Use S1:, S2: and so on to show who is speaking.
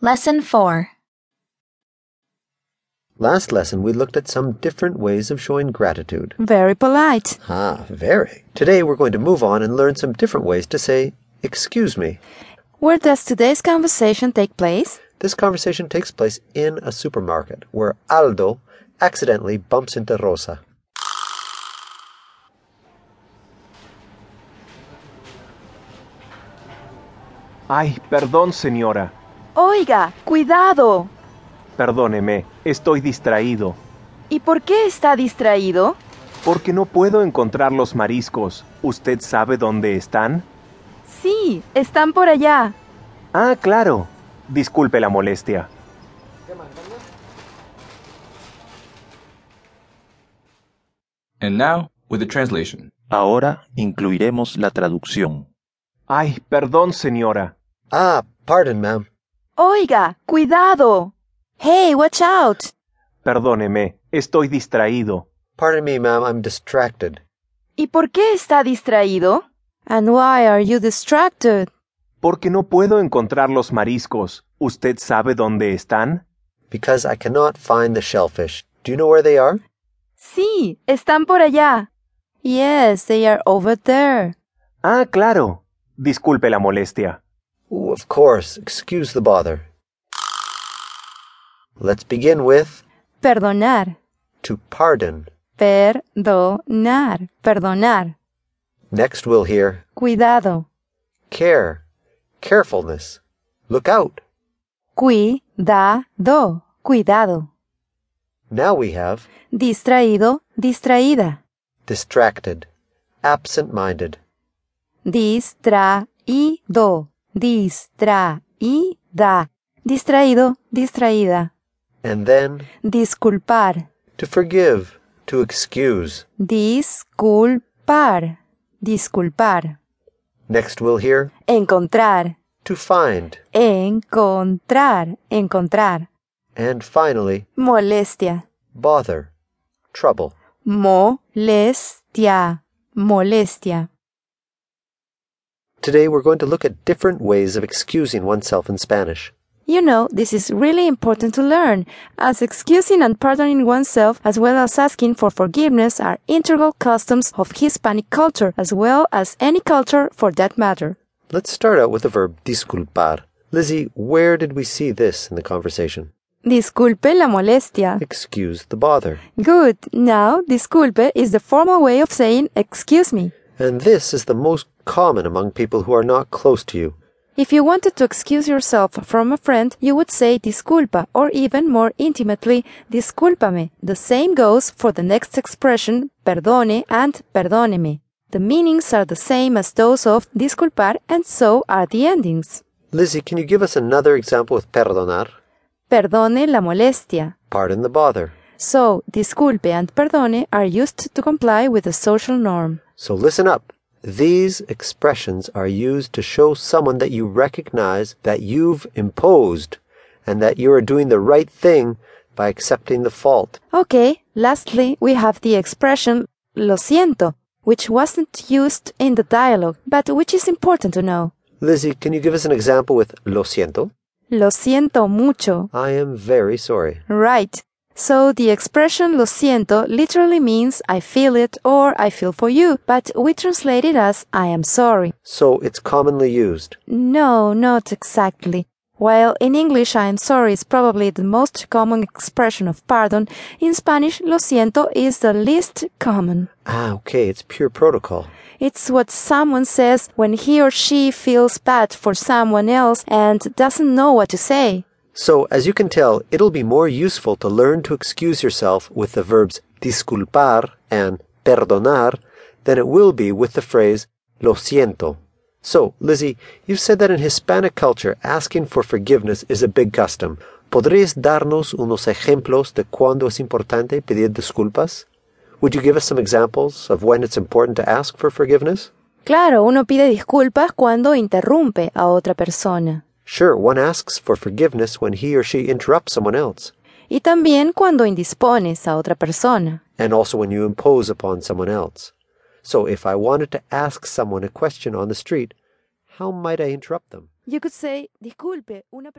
S1: Lesson 4
S2: Last lesson, we looked at some different ways of showing gratitude.
S3: Very polite.
S2: Ah, very. Today, we're going to move on and learn some different ways to say, Excuse me.
S3: Where does today's conversation take place?
S2: This conversation takes place in a supermarket where Aldo accidentally bumps into Rosa.
S4: Ay, perdón, señora.
S3: Oiga, cuidado.
S4: Perdóneme, estoy distraído.
S3: ¿Y por qué está distraído?
S4: Porque no puedo encontrar los mariscos. ¿Usted sabe dónde están?
S3: Sí, están por allá.
S4: Ah, claro. Disculpe la molestia.
S5: And now, with the translation.
S6: Ahora incluiremos la traducción.
S4: Ay, perdón, señora.
S2: Ah, pardon, ma'am.
S3: Oiga, cuidado. Hey, watch out.
S4: Perdóneme, estoy distraído.
S2: Pardon me, ma'am, I'm distracted.
S3: ¿Y por qué está distraído? And why are you distracted?
S4: Porque no puedo encontrar los mariscos. ¿Usted sabe dónde están?
S2: Because I cannot find the shellfish. Do you know where they are?
S3: Sí, están por allá. Yes, they are over there.
S4: Ah, claro. Disculpe la molestia.
S2: Ooh, of course. Excuse the bother. Let's begin with
S3: Perdonar.
S2: to pardon.
S3: Perdonar. Perdonar.
S2: Next, we'll hear
S3: Cuidado.
S2: care, carefulness, look out.
S3: Cuidado. Cuidado.
S2: Now we have
S3: Distraído. Distraída.
S2: distracted, absent minded.
S3: Distraído. Distraída. Distraído. Distraída.
S2: And then
S3: Disculpar.
S2: to forgive, to excuse.
S3: Disculpar. Disculpar.
S2: Next, we'll hear
S3: Encontrar.
S2: to find.
S3: Encontrar. Encontrar.
S2: And finally,
S3: Molestia.
S2: bother, trouble.
S3: Molestia. Molestia.
S2: Today, we're going to look at different ways of excusing oneself in Spanish.
S3: You know, this is really important to learn, as excusing and pardoning oneself, as well as asking for forgiveness, are integral customs of Hispanic culture, as well as any culture for that matter.
S2: Let's start out with the verb disculpar. Lizzie, where did we see this in the conversation?
S3: Disculpe la molestia.
S2: Excuse the bother.
S3: Good. Now, disculpe is the formal way of saying excuse me.
S2: And this is the most common among people who are not close to you.
S3: If you wanted to excuse yourself from a friend, you would say disculpa, or even more intimately, discúlpame. The same goes for the next expression, perdone and perdóneme. The meanings are the same as those of disculpar, and so are the endings.
S2: Lizzie, can you give us another example with perdonar?
S3: Perdone la molestia.
S2: Pardon the bother.
S3: So, disculpe and perdone are used to comply with the social norm.
S2: So listen up. These expressions are used to show someone that you recognize that you've imposed and that you are doing the right thing by accepting the fault.
S3: Okay, lastly, we have the expression lo siento, which wasn't used in the dialogue, but which is important to know.
S2: Lizzie, can you give us an example with lo siento?
S3: Lo siento mucho.
S2: I am very sorry.
S3: Right. So the expression lo siento literally means I feel it or I feel for you, but we translate it as I am sorry.
S2: So it's commonly used.
S3: No, not exactly. While in English I am sorry is probably the most common expression of pardon, in Spanish lo siento is the least common.
S2: Ah, okay, it's pure protocol.
S3: It's what someone says when he or she feels bad for someone else and doesn't know what to say.
S2: So, as you can tell, it'll be more useful to learn to excuse yourself with the verbs disculpar and perdonar than it will be with the phrase lo siento. So, Lizzie, you said that in Hispanic culture, asking for forgiveness is a big custom. ¿Podrías darnos unos ejemplos de cuándo es importante pedir disculpas? Would you give us some examples of when it's important to ask for forgiveness?
S3: Claro, uno pide disculpas cuando interrumpe a otra persona
S2: Sure, one asks for forgiveness when he or she interrupts someone else,
S3: y también cuando indispones a otra persona.
S2: and also when you impose upon someone else. So if I wanted to ask someone a question on the street, how might I interrupt them?
S3: You could say, disculpe, una pregunta.